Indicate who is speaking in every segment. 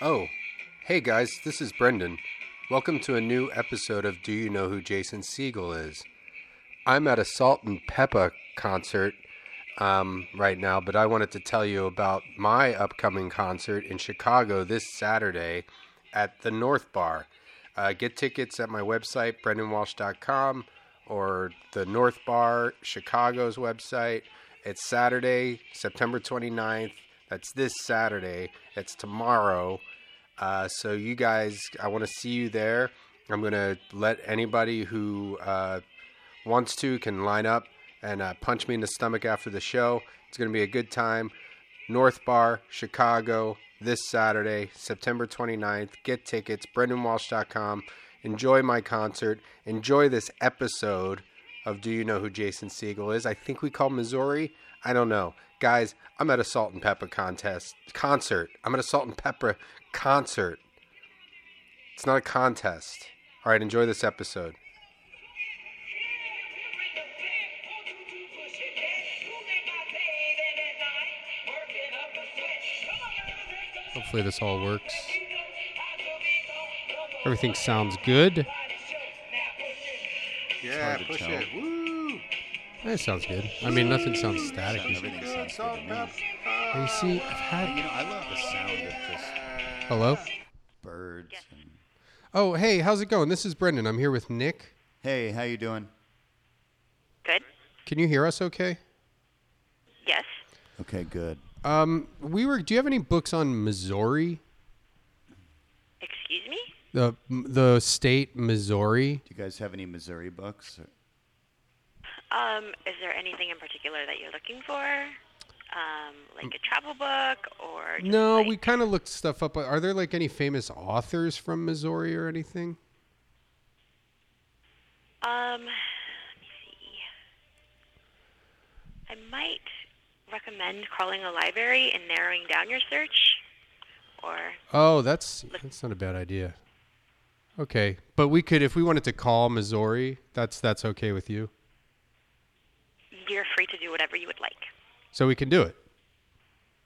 Speaker 1: Oh, hey guys, this is Brendan. Welcome to a new episode of Do You Know Who Jason Siegel Is? I'm at a Salt and Peppa concert um, right now, but I wanted to tell you about my upcoming concert in Chicago this Saturday at the North Bar. Uh, get tickets at my website, brendanwalsh.com, or the North Bar, Chicago's website. It's Saturday, September 29th. That's this Saturday. It's tomorrow. Uh, so, you guys, I want to see you there. I'm going to let anybody who uh, wants to can line up and uh, punch me in the stomach after the show. It's going to be a good time. North Bar, Chicago, this Saturday, September 29th. Get tickets, brendanwalsh.com. Enjoy my concert. Enjoy this episode of Do You Know Who Jason Siegel Is? I think we call Missouri. I don't know. Guys, I'm at a Salt and Pepper contest concert. I'm at a Salt and Pepper concert. It's not a contest. All right, enjoy this episode. Hopefully, this all works. Everything sounds good. Yeah,
Speaker 2: hard to
Speaker 1: push
Speaker 2: tell.
Speaker 1: it. Woo! That sounds good. I mean, nothing sounds staticky.
Speaker 2: Everything sounds good to me.
Speaker 1: You see, I've
Speaker 2: And,
Speaker 1: had.
Speaker 2: you know, I love the sound of just
Speaker 1: Hello?
Speaker 2: birds. And...
Speaker 1: Oh, hey, how's it going? This is Brendan. I'm here with Nick.
Speaker 2: Hey, how you doing?
Speaker 3: Good.
Speaker 1: Can you hear us okay?
Speaker 3: Yes.
Speaker 2: Okay, good.
Speaker 1: Um, we were. Do you have any books on Missouri?
Speaker 3: Excuse me?
Speaker 1: The the state Missouri.
Speaker 2: Do you guys have any Missouri books? Or...
Speaker 3: Um, is there anything in particular that you're looking for? Um, like a travel book or just
Speaker 1: No,
Speaker 3: like,
Speaker 1: we kind of looked stuff up. Are there like any famous authors from Missouri or anything?
Speaker 3: um let me see. I might recommend calling a library and narrowing down your search or
Speaker 1: Oh, that's that's not a bad idea. Okay, but we could if we wanted to call Missouri. That's that's okay with you.
Speaker 3: you're free to do whatever you would like.
Speaker 1: So we can do it.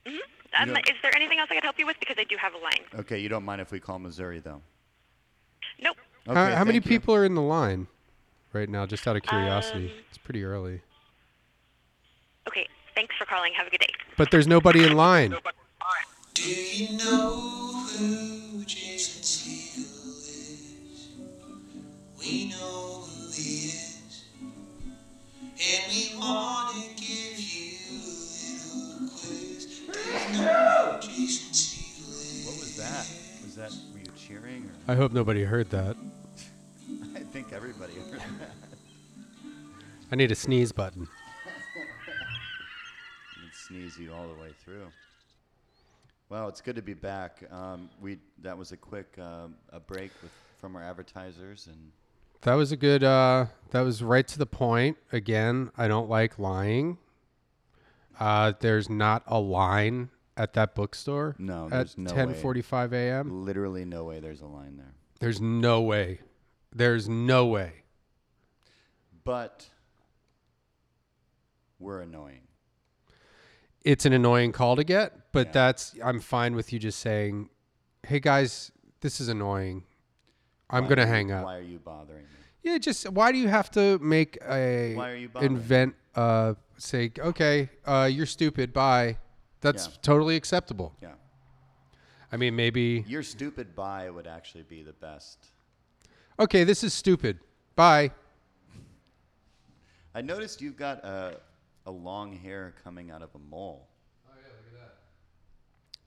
Speaker 3: Um,
Speaker 2: don't-
Speaker 3: is there anything else I could help you with? Because I do have a line.
Speaker 2: Okay, you don't mind if we call Missouri though.
Speaker 3: Nope.
Speaker 2: Okay,
Speaker 1: how how many
Speaker 2: thank you.
Speaker 1: people are in the line right now? Just out of curiosity,
Speaker 2: Um,
Speaker 1: it's pretty early.
Speaker 3: Okay. Thanks for calling. Have a good day.
Speaker 1: But there's nobody in line.
Speaker 4: Do you know who Jason Siegel is? We know who he is, and we want to give you a little quiz. Do you know who Jason Siegel is?
Speaker 2: What was that? Was that were you cheering or?
Speaker 1: I hope nobody heard that.
Speaker 2: I think everybody. heard that.
Speaker 1: I need a sneeze button.
Speaker 2: and sneeze you all the way through. Well, it's good to be back. Um, we that was a quick um, a break with, from our advertisers and
Speaker 1: That was a good. Uh, that was right to the point. Again, I don't like lying. Uh, there's not a line at that bookstore.
Speaker 2: No,
Speaker 1: at
Speaker 2: there's no way.
Speaker 1: 10:45 a.m.
Speaker 2: literally no way there's a line there.
Speaker 1: There's no way. There's no way.
Speaker 2: But we're annoying.
Speaker 1: It's an annoying call to get, but
Speaker 2: Yeah.
Speaker 1: that's I'm fine with you just saying, "Hey guys, this is annoying. I'm
Speaker 2: Why
Speaker 1: gonna
Speaker 2: are you-
Speaker 1: hang up."
Speaker 2: Why are you bothering me?
Speaker 1: Yeah, just why do you have to make a
Speaker 2: Why are you bothering?
Speaker 1: invent uh say okay, uh you're stupid, bye. That's
Speaker 2: Yeah.
Speaker 1: totally acceptable.
Speaker 2: Yeah.
Speaker 1: I mean, maybe
Speaker 2: Your stupid buy would actually be the best.
Speaker 1: okay, this is stupid. Bye.
Speaker 2: I noticed you've got a, a long hair coming out of a mole.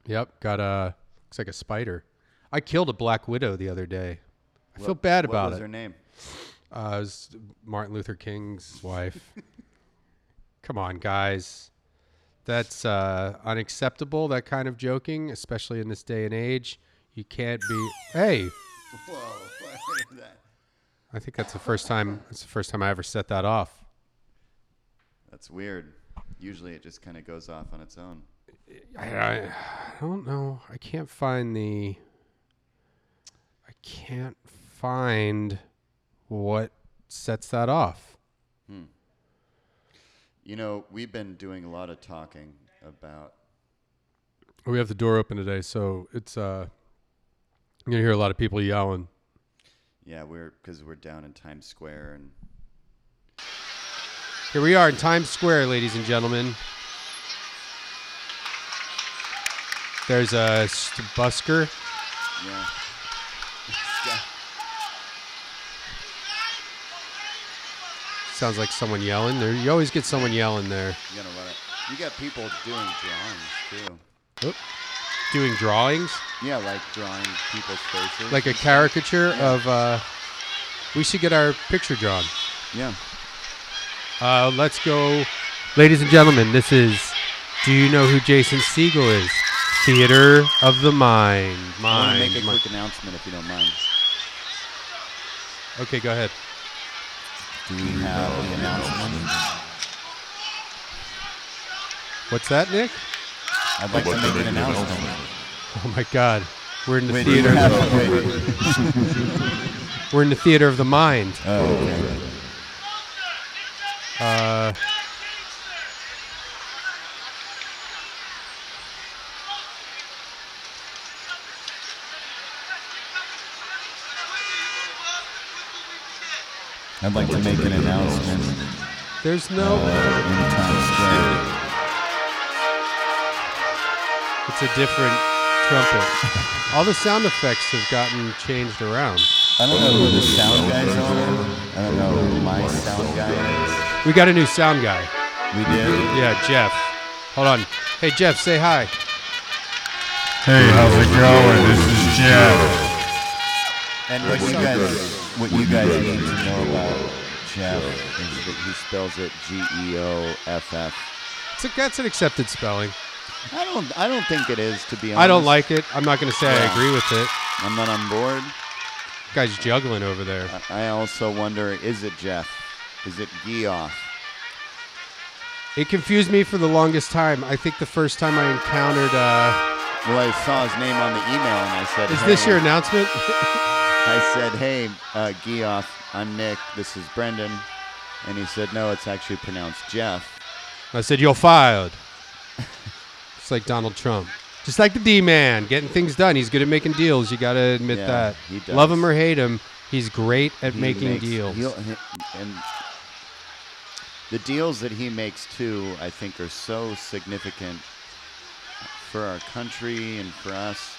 Speaker 1: Yep, got a looks like a spider. I killed a black widow the other day. I feel
Speaker 2: What-
Speaker 1: bad
Speaker 2: what
Speaker 1: about
Speaker 2: was
Speaker 1: it.
Speaker 2: her name?
Speaker 1: Uh, it was Martin Luther King's wife. Come on, guys. That's uh, unacceptable, that kind of joking, especially in this day and age. You can't be. Hey,
Speaker 2: Whoa. what is that?
Speaker 1: I think that's the first time. That's the first time I ever set that off.
Speaker 2: That's weird. Usually it just kind of goes off on its own.
Speaker 1: I, I, I don't know. I can't find the. I can't find what sets that off.
Speaker 2: You know, we've been doing a lot of talking about
Speaker 1: We have the door open today, so it's uh, You're gonna hear a lot of people yelling.
Speaker 2: Yeah, we're because we're down in Times Square and
Speaker 1: Here we are in Times Square, ladies and gentlemen. There's a st- busker.
Speaker 2: yeah. Yeah.
Speaker 1: Sounds like someone yelling. There, you always get someone yelling there.
Speaker 2: You gotta run it. You got people doing drawings too.
Speaker 1: Oop. Doing drawings,
Speaker 2: Yeah, like drawing people's faces.
Speaker 1: like a caricature of. Uh, we should get our picture drawn.
Speaker 2: yeah.
Speaker 1: Uh, let's go, ladies and gentlemen. This is. Do you know who Jason Siegel is? Theater of the mind.
Speaker 2: I want to
Speaker 1: Mind.
Speaker 2: make a
Speaker 1: mind.
Speaker 2: quick announcement if you don't mind.
Speaker 1: Okay, go ahead.
Speaker 2: Do we have the announcement?
Speaker 1: What's that, Nick?
Speaker 2: I'd like to make an announcement.
Speaker 1: Oh my God, we're in the
Speaker 2: Wait, do you
Speaker 1: theater.
Speaker 2: have- wait, wait.
Speaker 1: We're in the theater of the mind.
Speaker 2: Oh, okay.
Speaker 1: Uh,
Speaker 2: I'd like to make an announcement uh,
Speaker 1: there's no.
Speaker 2: in Times Square.
Speaker 1: It's a different trumpet. All the sound effects have gotten changed around.
Speaker 2: I don't know who the sound guys are. I don't know who my sound guy is.
Speaker 1: We got a new sound guy.
Speaker 2: We did.
Speaker 1: Yeah, Jeff. Hold on. Hey, Jeff, say hi.
Speaker 5: Hey, how's it going? This is Jeff.
Speaker 2: And what you guys, what you guys need to know about Jeff is that he spells it G E O F F.
Speaker 1: It's a, that's an accepted spelling.
Speaker 2: I don't, I don't think it is to be honest.
Speaker 1: I don't like it. I'm not going to say I
Speaker 2: Yeah.
Speaker 1: agree with it.
Speaker 2: I'm not on board.
Speaker 1: Guy's juggling over there.
Speaker 2: I- I also wonder, is it Jeff? Is it Geoff?
Speaker 1: It confused me for the longest time. I think the first time I encountered. Uh,
Speaker 2: Well, I saw his name on the email and I said,
Speaker 1: is
Speaker 2: hey.
Speaker 1: this your announcement?
Speaker 2: I said, hey, uh, Geoff, I'm Nick. This is Brendan. And he said, no, it's actually pronounced Jeff.
Speaker 1: I said, You're fired. It's like Donald Trump. Just like the D man, getting things done. He's good at making deals. You got to admit
Speaker 2: Yeah,
Speaker 1: that.
Speaker 2: he does.
Speaker 1: Love him or hate him, he's great at
Speaker 2: He
Speaker 1: making
Speaker 2: makes-
Speaker 1: deals.
Speaker 2: he'll- he- and the deals that he makes too, I think, are so significant for our country and for us.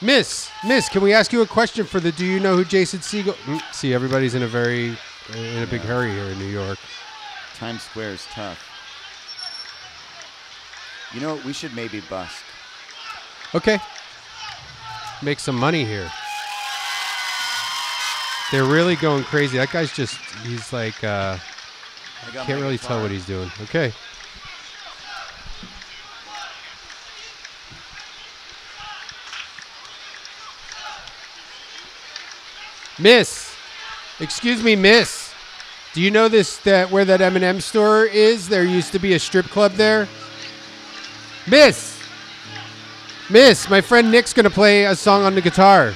Speaker 1: Miss, Miss, can we ask you a question for the Do you know who Jason Siegel? Mm, See, everybody's in a very in a big hurry here in New York.
Speaker 2: Times Square is tough. You know, we should maybe bust.
Speaker 1: Okay, make some money here. They're really going crazy. That guy's just—he's like uh,
Speaker 2: I got
Speaker 1: can't
Speaker 2: my
Speaker 1: really
Speaker 2: guitar.
Speaker 1: tell what he's doing. Okay. Miss, excuse me, Miss. Do you know this that where that M&M store is? There used to be a strip club there. Miss, Miss, my friend Nick's gonna play a song on the guitar.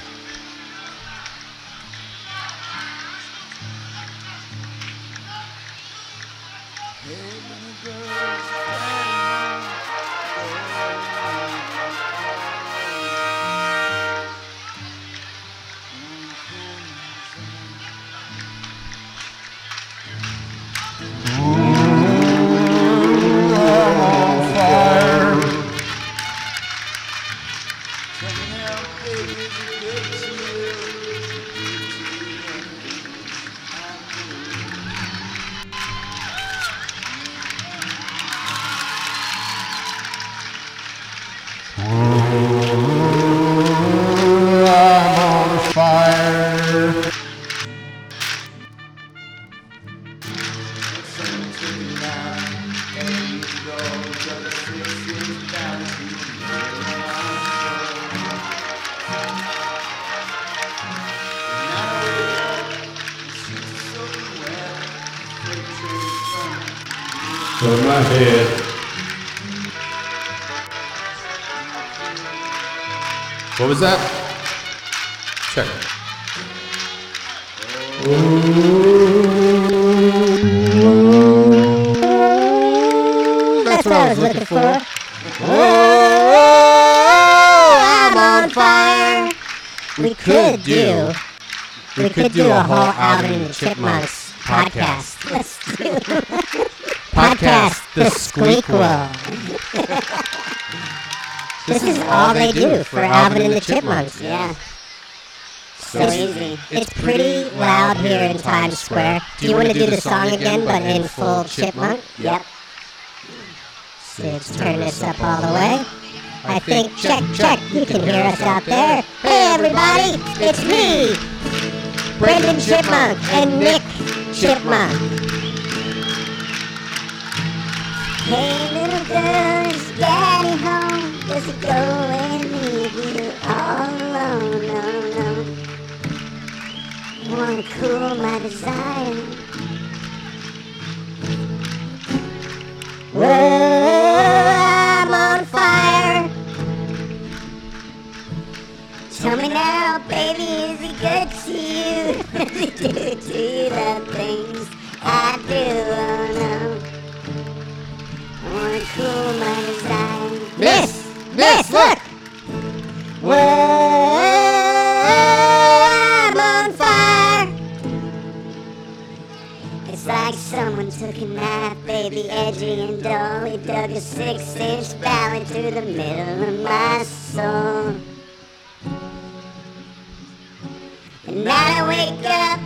Speaker 5: From my head.
Speaker 1: What was that? Check. That's what I was looking for. Oh, I'm on
Speaker 6: we could do. We could do a whole Alvin and the Chipmunks podcast. Let's do podcast the squeak world. This is all they do for Alvin and the Chipmunks. Yeah. So easy. It's pretty loud here in Times Square. Do you want to do the song again, but in full chipmunk? Yep. So let's turn this up all the way. I think, check, check, you can hear us out there. Hey, everybody, it's me, Brendan Chipmunk and Nick Chipmunk. Hey, little girl, is daddy home? Does he go and leave you all alone? No, no. Wanna cool my desire. Whoa, I'm on fire. Tell me now, baby, is it good to you? Does it do to you the things I do? Oh no. I wanna cool my desire. Miss! Miss, look! Whoa, I'm on fire! It's like someone took a knife, baby, edgy and dull. He dug a six-inch valley through the middle of my soul. And now I wake up,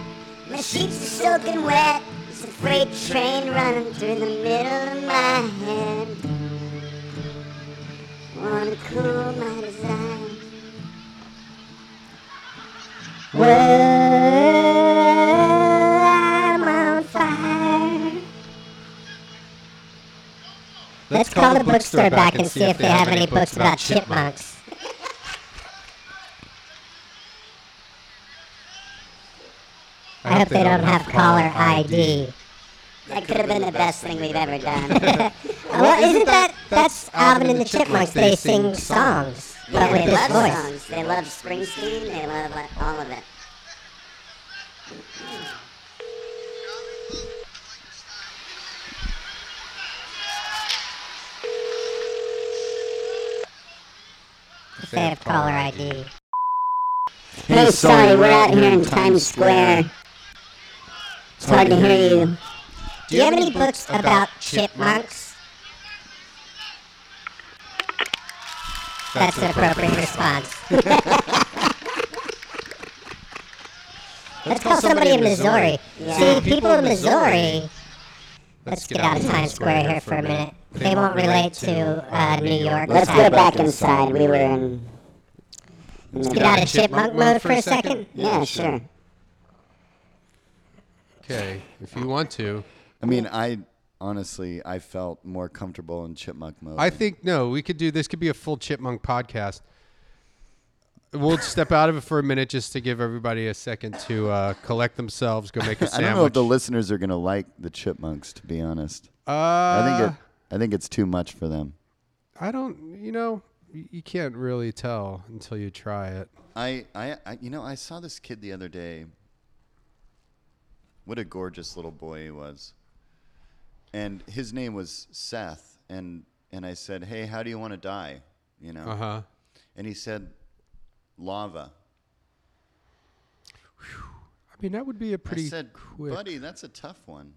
Speaker 6: my sheets are soaking wet. It's a freight train running through the middle of my head. Wanna cool my desire. Well, I'm on fire. Let's call the bookstore back and see if they have any books about chipmunks. I hope they don't have caller ID. That could have been the best thing we've ever done. well, isn't that that's Alvin and the Chipmunks? They sing songs, but with this voice. They love Springsteen. They love all of it. If they have caller ID. Hey, sorry, we're out here in Times Square. It's hard to hear you. Do you have any books about chipmunks? That's an appropriate response. Let's call somebody in Missouri. See, people in Missouri. Let's get out of Times Square here for a minute. They won't relate to uh, New York. Let's go back inside. We were in. Let's get out of chipmunk mode for a second. Yeah, sure.
Speaker 1: Okay, if you want to.
Speaker 2: I mean, I honestly, I felt more comfortable in chipmunk mode.
Speaker 1: I think no, we could do this could be a full chipmunk podcast. We'll step out of it for a minute just to give everybody a second to uh, collect themselves, go make a
Speaker 2: I don't know if
Speaker 1: sandwich.
Speaker 2: the listeners are gonna like the chipmunks. To be honest, I
Speaker 1: uh,
Speaker 2: think it, I think it's too much for them.
Speaker 1: I don't, you know, y- you can't really tell until you try it.
Speaker 2: I, I, I, you know, I saw this kid the other day. What a gorgeous little boy he was. And his name was Seth. And, and I said, Hey, how do you want to die? You know?
Speaker 1: Uh huh.
Speaker 2: And he said, Lava.
Speaker 1: I mean, that would be a pretty
Speaker 2: I said,
Speaker 1: quick.
Speaker 2: Buddy, that's a tough one.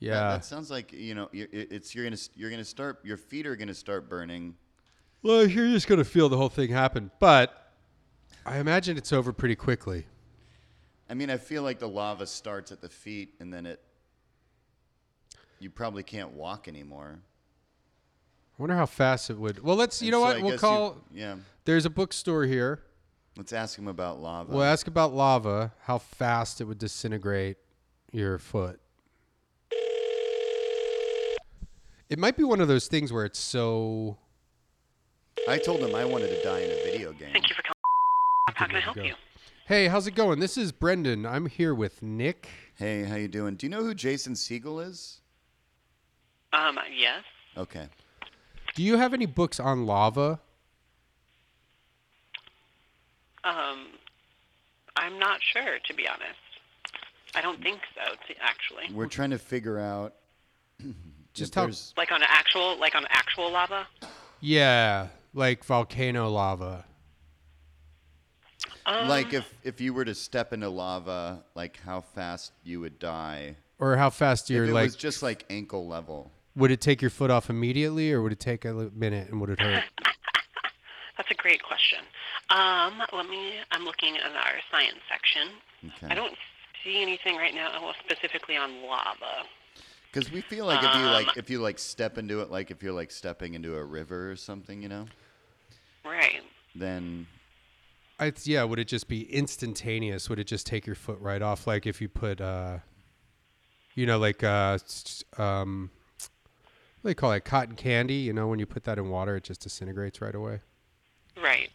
Speaker 1: yeah.
Speaker 2: That- That sounds like, you know, you it- it's, you're going to, you're going to start, your feet are going to start burning.
Speaker 1: Well, you're just going to feel the whole thing happen. But I imagine it's over pretty quickly.
Speaker 2: I mean, I feel like the lava starts at the feet and then it, you probably can't walk anymore.
Speaker 1: I wonder how fast it would. Well, let's, you
Speaker 2: And
Speaker 1: know
Speaker 2: so
Speaker 1: what?
Speaker 2: I
Speaker 1: we'll
Speaker 2: guess
Speaker 1: call.
Speaker 2: yeah.
Speaker 1: There's a bookstore here.
Speaker 2: Let's ask him about lava.
Speaker 1: We'll ask about lava, how fast it would disintegrate your foot. It might be one of those things where it's so.
Speaker 2: I told him I wanted to die in a video game.
Speaker 3: Thank you for calling. How can I help you?
Speaker 1: Hey, how's it going? This is Brendan. I'm here with Nick.
Speaker 2: Hey, how you doing? Do you know who Jason Siegel is?
Speaker 3: Um, yes.
Speaker 2: Okay.
Speaker 1: Do you have any books on lava?
Speaker 3: Um, I'm not sure, to be honest. I don't think so, t- actually.
Speaker 2: We're trying to figure out
Speaker 1: Just
Speaker 2: if
Speaker 1: how-
Speaker 2: there's-
Speaker 3: Like on actual, like on actual lava.
Speaker 1: Yeah, like volcano lava.
Speaker 7: Um,
Speaker 2: Like if if you were to step into lava, like how fast you would die.
Speaker 1: Or how fast you're
Speaker 2: if it
Speaker 1: like?
Speaker 2: was just like ankle level.
Speaker 1: would it take your foot off immediately, or would it take a li- minute and would it hurt?
Speaker 7: That's a great question. Um, let me. I'm looking at our science section. I
Speaker 2: Okay.
Speaker 7: don't see anything right now well, specifically on lava.
Speaker 2: Because we feel like if
Speaker 3: Um,
Speaker 2: you like if you like step into it, like if you're like stepping into a river or something, you know,
Speaker 7: Right.
Speaker 2: then
Speaker 1: It's, yeah, would it just be instantaneous? Would it just take your foot right off? Like if you put, uh, you know, like uh, s- um, what do they call it cotton candy. You know, when you put that in water, it just disintegrates right away.
Speaker 7: Right.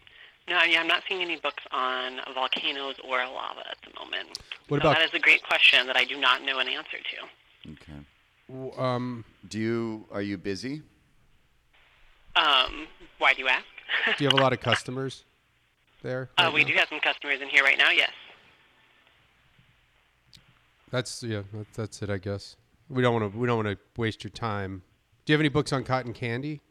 Speaker 7: No, yeah, I'm not seeing any books on volcanoes or lava at the moment.
Speaker 1: What
Speaker 7: So
Speaker 1: about-
Speaker 7: that is a great question that I do not know an answer to.
Speaker 2: okay.
Speaker 1: W- Um,
Speaker 2: Do you are you busy?
Speaker 7: Um, why do you ask?
Speaker 1: do you have a lot of customers there?
Speaker 7: uh,
Speaker 1: right
Speaker 7: we
Speaker 1: now?
Speaker 7: do have some customers in here right now. Yes.
Speaker 1: That's yeah. That, that's it, I guess. We don't want to. We don't want to waste your time. Do you have any books on cotton candy?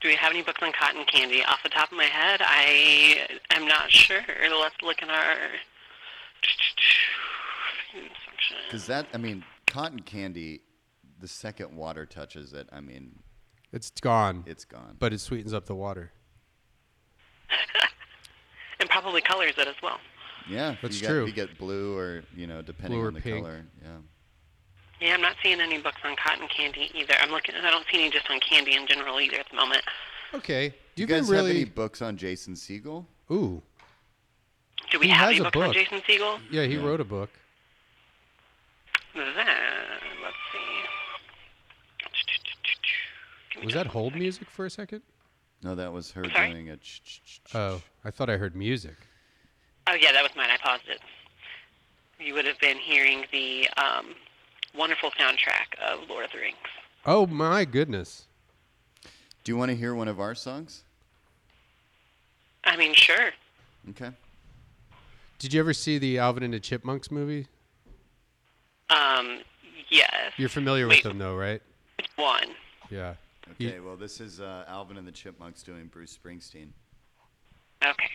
Speaker 7: Do we have any books on cotton candy? Off the top of my head, I am not sure. Let's look in our section.
Speaker 2: Because that I mean, cotton candy. The second water touches it, I mean,
Speaker 1: It's gone,
Speaker 2: it's gone.
Speaker 1: but it sweetens up the water.
Speaker 7: And probably colors it as well.
Speaker 2: yeah,
Speaker 1: That's
Speaker 2: you get,
Speaker 1: true.
Speaker 2: You get blue or you know, depending
Speaker 1: Blue or
Speaker 2: on the
Speaker 1: pink.
Speaker 2: color. Yeah.
Speaker 7: Yeah, I'm not seeing any books on cotton candy either. I'm looking. I don't see any just on candy in general either at the moment.
Speaker 1: Okay.
Speaker 2: Do you
Speaker 1: You've
Speaker 2: guys
Speaker 1: been
Speaker 2: have
Speaker 1: really.
Speaker 2: any books on Jason Siegel?
Speaker 1: Ooh.
Speaker 7: Do we
Speaker 1: He has
Speaker 7: have any
Speaker 1: a
Speaker 7: books on
Speaker 1: book.
Speaker 7: Jason Siegel?
Speaker 1: Yeah, he
Speaker 2: Yeah.
Speaker 1: wrote a book.
Speaker 7: That, let's see. Give me
Speaker 1: Was
Speaker 7: just
Speaker 1: that
Speaker 7: one
Speaker 1: hold
Speaker 7: sec.
Speaker 1: music for a second?
Speaker 2: No, that was her
Speaker 7: Sorry?
Speaker 2: doing a. Ch- ch- ch- ch-
Speaker 1: Oh, I thought I heard music.
Speaker 7: Oh yeah, that was mine. I paused it. You would have been hearing the um, wonderful soundtrack of Lord of the Rings.
Speaker 1: Oh my goodness.
Speaker 2: Do you want to hear one of our songs?
Speaker 7: I mean, sure.
Speaker 2: Okay.
Speaker 1: Did you ever see the Alvin and the Chipmunks movie?
Speaker 7: Um, yes.
Speaker 1: You're familiar
Speaker 7: Wait.
Speaker 1: with them though, right?
Speaker 7: Which one?
Speaker 1: Yeah. You-
Speaker 2: Okay. well, this is uh, Alvin and the Chipmunks doing Bruce Springsteen.
Speaker 7: Okay.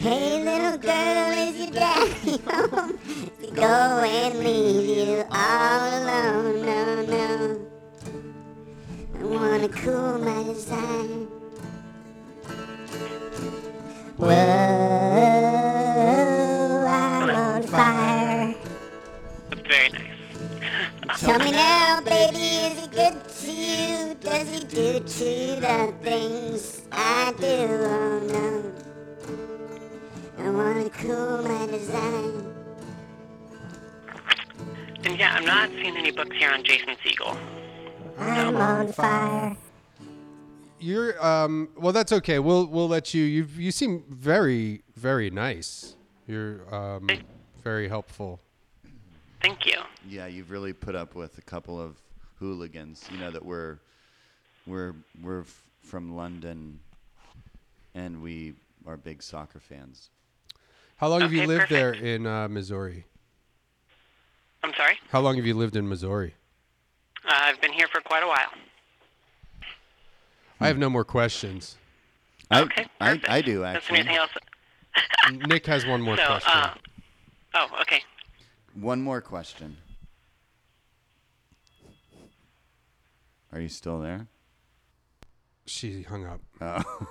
Speaker 6: Hey little girl, is your daddy home? To go and leave you all alone, no, no. I wanna cool my desire. Whoa, I'm on fire.
Speaker 7: That's very nice.
Speaker 6: Tell me now, baby, is he good to you? Does he do to you the things I do? Oh no. I wanna cool my design.
Speaker 7: And yeah, I'm not seeing any books here on Jason Siegel.
Speaker 6: I'm on fire.
Speaker 1: You're um well that's okay. We'll we'll let you you you seem very very nice. You're um very helpful.
Speaker 7: Thank you.
Speaker 2: Yeah, you've really put up with a couple of hooligans. You know that we're we're we're f- from London, and we are big soccer fans.
Speaker 1: How long have you
Speaker 7: Okay,
Speaker 1: lived there
Speaker 7: perfect.
Speaker 1: in uh, Missouri?
Speaker 7: I'm sorry.
Speaker 1: How long have you lived in Missouri?
Speaker 7: Uh, I've been here for quite a while.
Speaker 2: Hmm.
Speaker 1: I have no more questions.
Speaker 7: Okay.
Speaker 2: I, I
Speaker 7: perfect.
Speaker 2: I do
Speaker 7: Is there
Speaker 2: actually.
Speaker 7: anything else?
Speaker 1: Nick has one more
Speaker 7: So,
Speaker 1: question.
Speaker 7: uh, oh, okay.
Speaker 2: One more question. Are you still there?
Speaker 1: she hung up.
Speaker 2: Oh.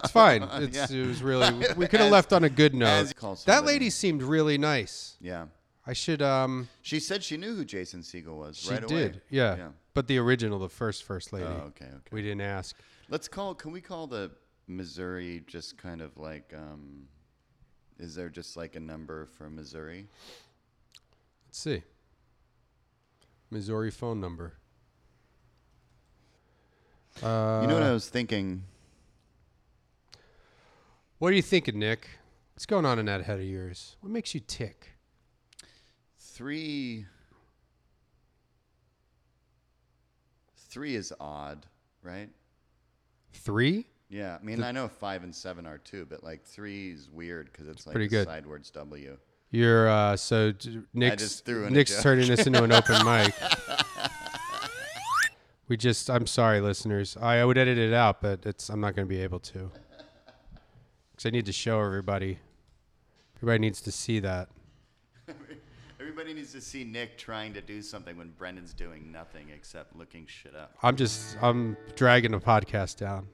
Speaker 1: it's fine. It's, It was really. We could have left on a good
Speaker 2: as
Speaker 1: note.
Speaker 2: you call
Speaker 1: That
Speaker 2: somebody.
Speaker 1: lady seemed really nice.
Speaker 2: Yeah.
Speaker 1: I should. Um,
Speaker 2: She said she knew who Jason Siegel was
Speaker 1: she
Speaker 2: right away.
Speaker 1: did. Yeah.
Speaker 2: Yeah.
Speaker 1: But the original, the first first lady.
Speaker 2: Oh, okay, okay.
Speaker 1: We didn't ask.
Speaker 2: Let's call. Can we call the Missouri just kind of like? Um, is there just like a number for Missouri?
Speaker 1: Let's see. Missouri phone number. Uh,
Speaker 2: you know what I was thinking.
Speaker 1: What are you thinking, Nick? What's going on in that head of yours? What makes you tick?
Speaker 2: Three. Three is odd, right?
Speaker 1: Three?
Speaker 2: Yeah, I mean, I know five and seven are too, but like three is weird because it's like
Speaker 1: pretty
Speaker 2: a
Speaker 1: good.
Speaker 2: sidewards W.
Speaker 1: You're uh, so d- Nick's
Speaker 2: just threw in a
Speaker 1: Nick's
Speaker 2: joke.
Speaker 1: turning this into an open mic. We just, I'm sorry, listeners. I would edit it out, but it's I'm not going to be able to. Because I need to show everybody. Everybody needs to see that.
Speaker 2: Everybody needs to see Nick trying to do something when Brendan's doing nothing except looking shit up.
Speaker 1: I'm just, I'm dragging the podcast down.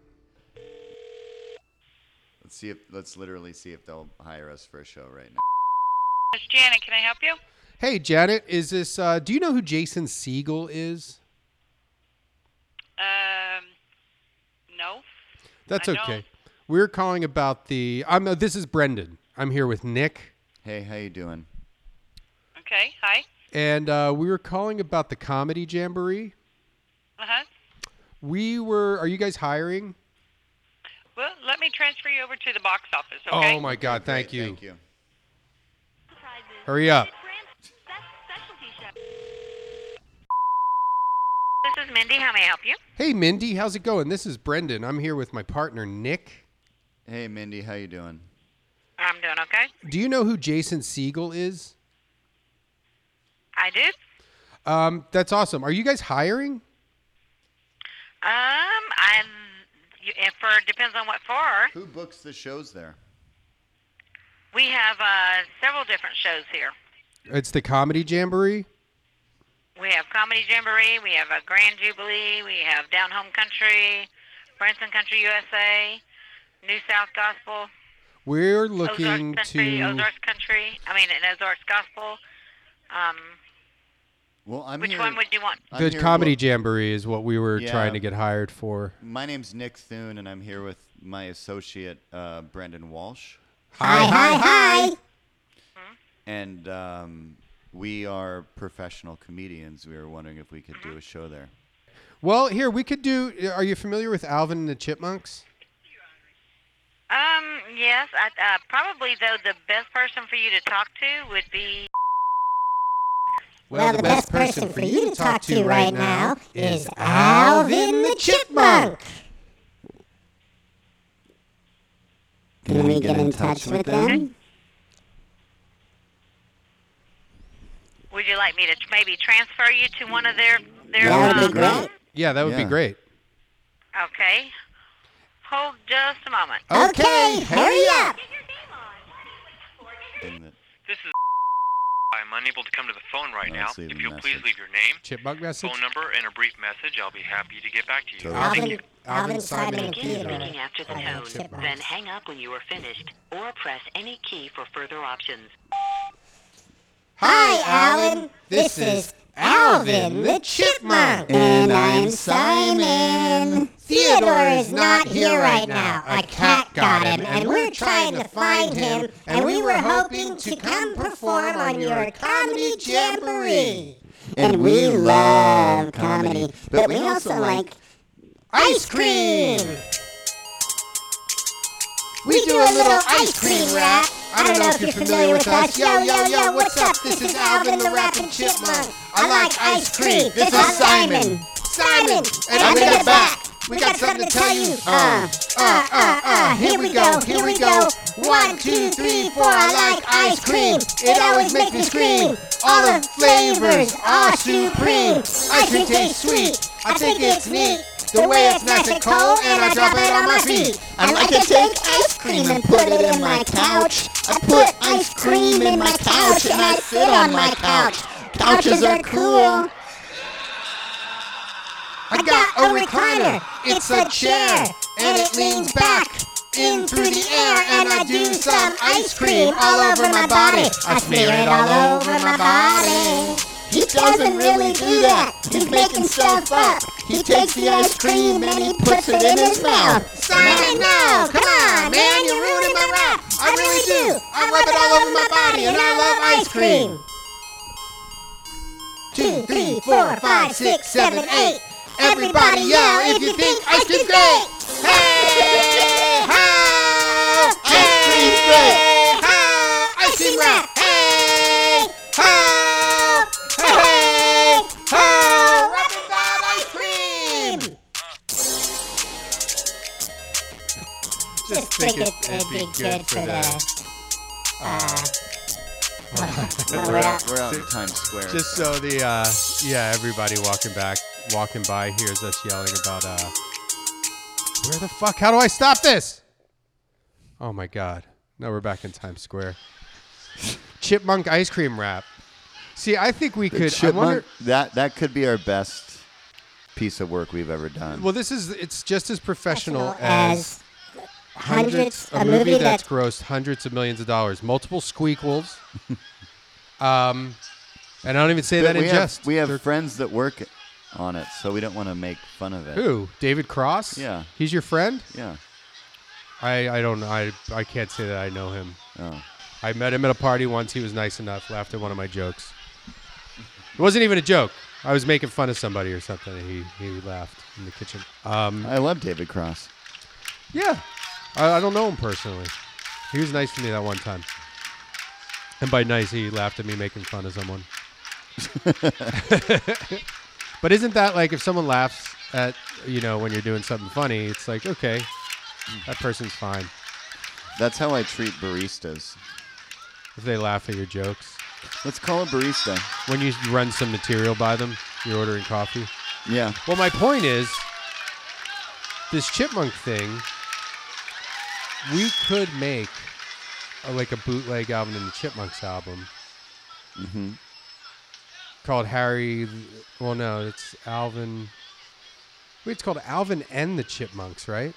Speaker 2: Let's see if let's literally see if they'll hire us for a show right now.
Speaker 3: It's Janet. Can I help you?
Speaker 1: Hey, Janet, is this, uh, do you know who Jason Siegel is?
Speaker 3: Um, no.
Speaker 1: That's
Speaker 3: I don't.
Speaker 1: okay. We're calling about the, I'm, uh, this is Brendan. I'm here with Nick.
Speaker 2: Hey, how you doing?
Speaker 3: Okay. Hi.
Speaker 1: And uh, we were calling about the comedy jamboree.
Speaker 3: Uh huh.
Speaker 1: We were, are you guys hiring?
Speaker 3: Well, let me transfer you over to the box office. Okay.
Speaker 1: Oh my God, thank
Speaker 2: Great,
Speaker 1: you.
Speaker 2: Thank you.
Speaker 1: Hurry up.
Speaker 3: This is Mindy. How may I help you?
Speaker 1: Hey, Mindy, how's it going? This is Brendan. I'm here with my partner, Nick.
Speaker 2: Hey, Mindy, how you doing?
Speaker 3: I'm doing okay.
Speaker 1: Do you know who Jason Siegel is?
Speaker 3: I do.
Speaker 1: Um, that's awesome. Are you guys hiring?
Speaker 3: Um, I'm. you- If for depends on what for.
Speaker 2: Who books the shows there?
Speaker 3: We have uh, several different shows here.
Speaker 1: It's the comedy jamboree.
Speaker 3: We have Comedy Jamboree, we have a Grand Jubilee, we have Down Home Country, Branson Country USA, New South Gospel,
Speaker 1: We're
Speaker 3: Ozarks
Speaker 1: looking
Speaker 3: Country,
Speaker 1: to.
Speaker 3: Ozarks Country, I mean, and Ozarks Gospel. Um,
Speaker 2: Well, I'm
Speaker 3: which
Speaker 2: here.
Speaker 3: one would you want?
Speaker 2: I'm
Speaker 1: The
Speaker 2: here
Speaker 1: comedy
Speaker 2: with-
Speaker 1: jamboree is what we were
Speaker 2: Yeah.
Speaker 1: trying to get hired for.
Speaker 2: My name's Nick Thune, and I'm here with my associate uh, Brendan Walsh,
Speaker 6: Hi, hi, hi.
Speaker 2: and um, we are professional comedians. We were wondering if we could do a show there.
Speaker 1: Well, here we could do. Are you familiar with Alvin and the Chipmunks?
Speaker 3: Um, yes, I, uh, probably though the best person for you to talk to would be.
Speaker 6: Well, the best person for you to talk to right now is Alvin the Chipmunk. Can we get in touch with them?
Speaker 3: Would you like me to tr- maybe transfer you to one of their their?
Speaker 6: That would
Speaker 3: um,
Speaker 6: be great.
Speaker 1: Yeah, that would be
Speaker 2: Yeah.
Speaker 1: great.
Speaker 3: Okay. Hold just a moment.
Speaker 6: Okay, hurry up.
Speaker 2: Thing that-
Speaker 8: This is. I'm unable to come to the phone right
Speaker 2: Oh,
Speaker 8: now.
Speaker 2: let's leave
Speaker 8: If
Speaker 2: a
Speaker 8: you'll please
Speaker 2: message.
Speaker 8: leave your name,
Speaker 1: Chipmunk message.
Speaker 8: phone number, and a brief message, I'll be happy to get back to you.
Speaker 2: Totally.
Speaker 6: Alvin, Alvin, Simon, and
Speaker 9: Begin
Speaker 6: Theodore.
Speaker 9: speaking after the
Speaker 6: are the
Speaker 9: tone,
Speaker 6: chipmunks.
Speaker 9: then hang up when you are finished, or press any key for further options.
Speaker 6: Hi, Alan. This is Alvin the Chipmunk. And I'm Simon. Theodore is not here right now. A cat got him, and we're trying to find him. And we were hoping to come perform on your comedy jamboree. And we love comedy, but we also like ice cream. We do a little ice cream rap. I don't know if you're familiar with us. Yo, yo, yo, what's up? This is Alvin the Rapping Chipmunk. I like ice cream. This is Simon. Simon, and we got back. We got something to tell you. Uh, uh, uh, uh. Here we go. Here we go. One, two, three, four. I like ice cream. It always makes me scream. All the flavors are supreme. Ice cream tastes sweet. I think it's neat. The way it's nice and cold, and I drop it on my feet. I like to take ice cream and put it in my couch. I put ice cream in my couch, and I sit on my couch. Couches are cool. I got a recliner. It's a chair, and it leans back in through the air, and I do some ice cream all over my body. I smear it all over my body. He doesn't really do that. He's making stuff up. He takes the ice cream and he puts it in his mouth. Simon, no! Come on, man! You're ruining my rap. I really do. I rub it all over my body, and I love ice cream two, three, four, five, six, seven, eight. Everybody yell if you think ice cream's great. Hey, ho, ice cream's great. Ho, ice cream rap. Hey, ho, hey, ho, rapping about ice cream. Just think it- it'd be good for the.
Speaker 2: We're out, we're out in Times Square.
Speaker 1: Just so the uh, yeah, everybody walking back walking by hears us yelling about uh where the fuck how do I stop this? Oh my god. Now we're back in Times Square. Chipmunk ice cream wrap. See, I think we
Speaker 2: The
Speaker 1: could I
Speaker 2: chipmunk-
Speaker 1: wonder
Speaker 2: that that could be our best piece of work we've ever done.
Speaker 1: Well, this is it's just as professional as
Speaker 6: as hundreds, a movie
Speaker 1: that's
Speaker 6: that's
Speaker 1: grossed hundreds of millions of dollars, multiple squeakles. um and I don't even say
Speaker 2: But
Speaker 1: that
Speaker 2: we
Speaker 1: in
Speaker 2: have,
Speaker 1: jest.
Speaker 2: we
Speaker 1: They're-
Speaker 2: have friends that work on it, so we don't want to make fun of it.
Speaker 1: Who? David Cross?
Speaker 2: Yeah.
Speaker 1: He's your friend?
Speaker 2: Yeah.
Speaker 1: I, I don't I I can't say that I know him.
Speaker 2: Oh.
Speaker 1: I met him at a party once. He was nice enough. Laughed at one of my jokes. It wasn't even a joke. I was making fun of somebody or something, and he he laughed in the kitchen. Um,
Speaker 2: I love David Cross.
Speaker 1: yeah, I, I don't know him personally. He was nice to me that one time, and by nice, he laughed at me making fun of someone. but isn't that like if someone laughs at you know when you're doing something funny, it's like okay, that person's fine
Speaker 2: That's how I treat baristas.
Speaker 1: if they laugh at your jokes.
Speaker 2: Let's call a barista.
Speaker 1: When you run some material by them, you're ordering coffee.
Speaker 2: Yeah.
Speaker 1: Well, my point is this chipmunk thing. We could make a, like a bootleg album in the Chipmunks album
Speaker 2: Mm-hmm.
Speaker 1: called Harry. Well, no, it's Alvin. Wait, it's called Alvin and the Chipmunks, right?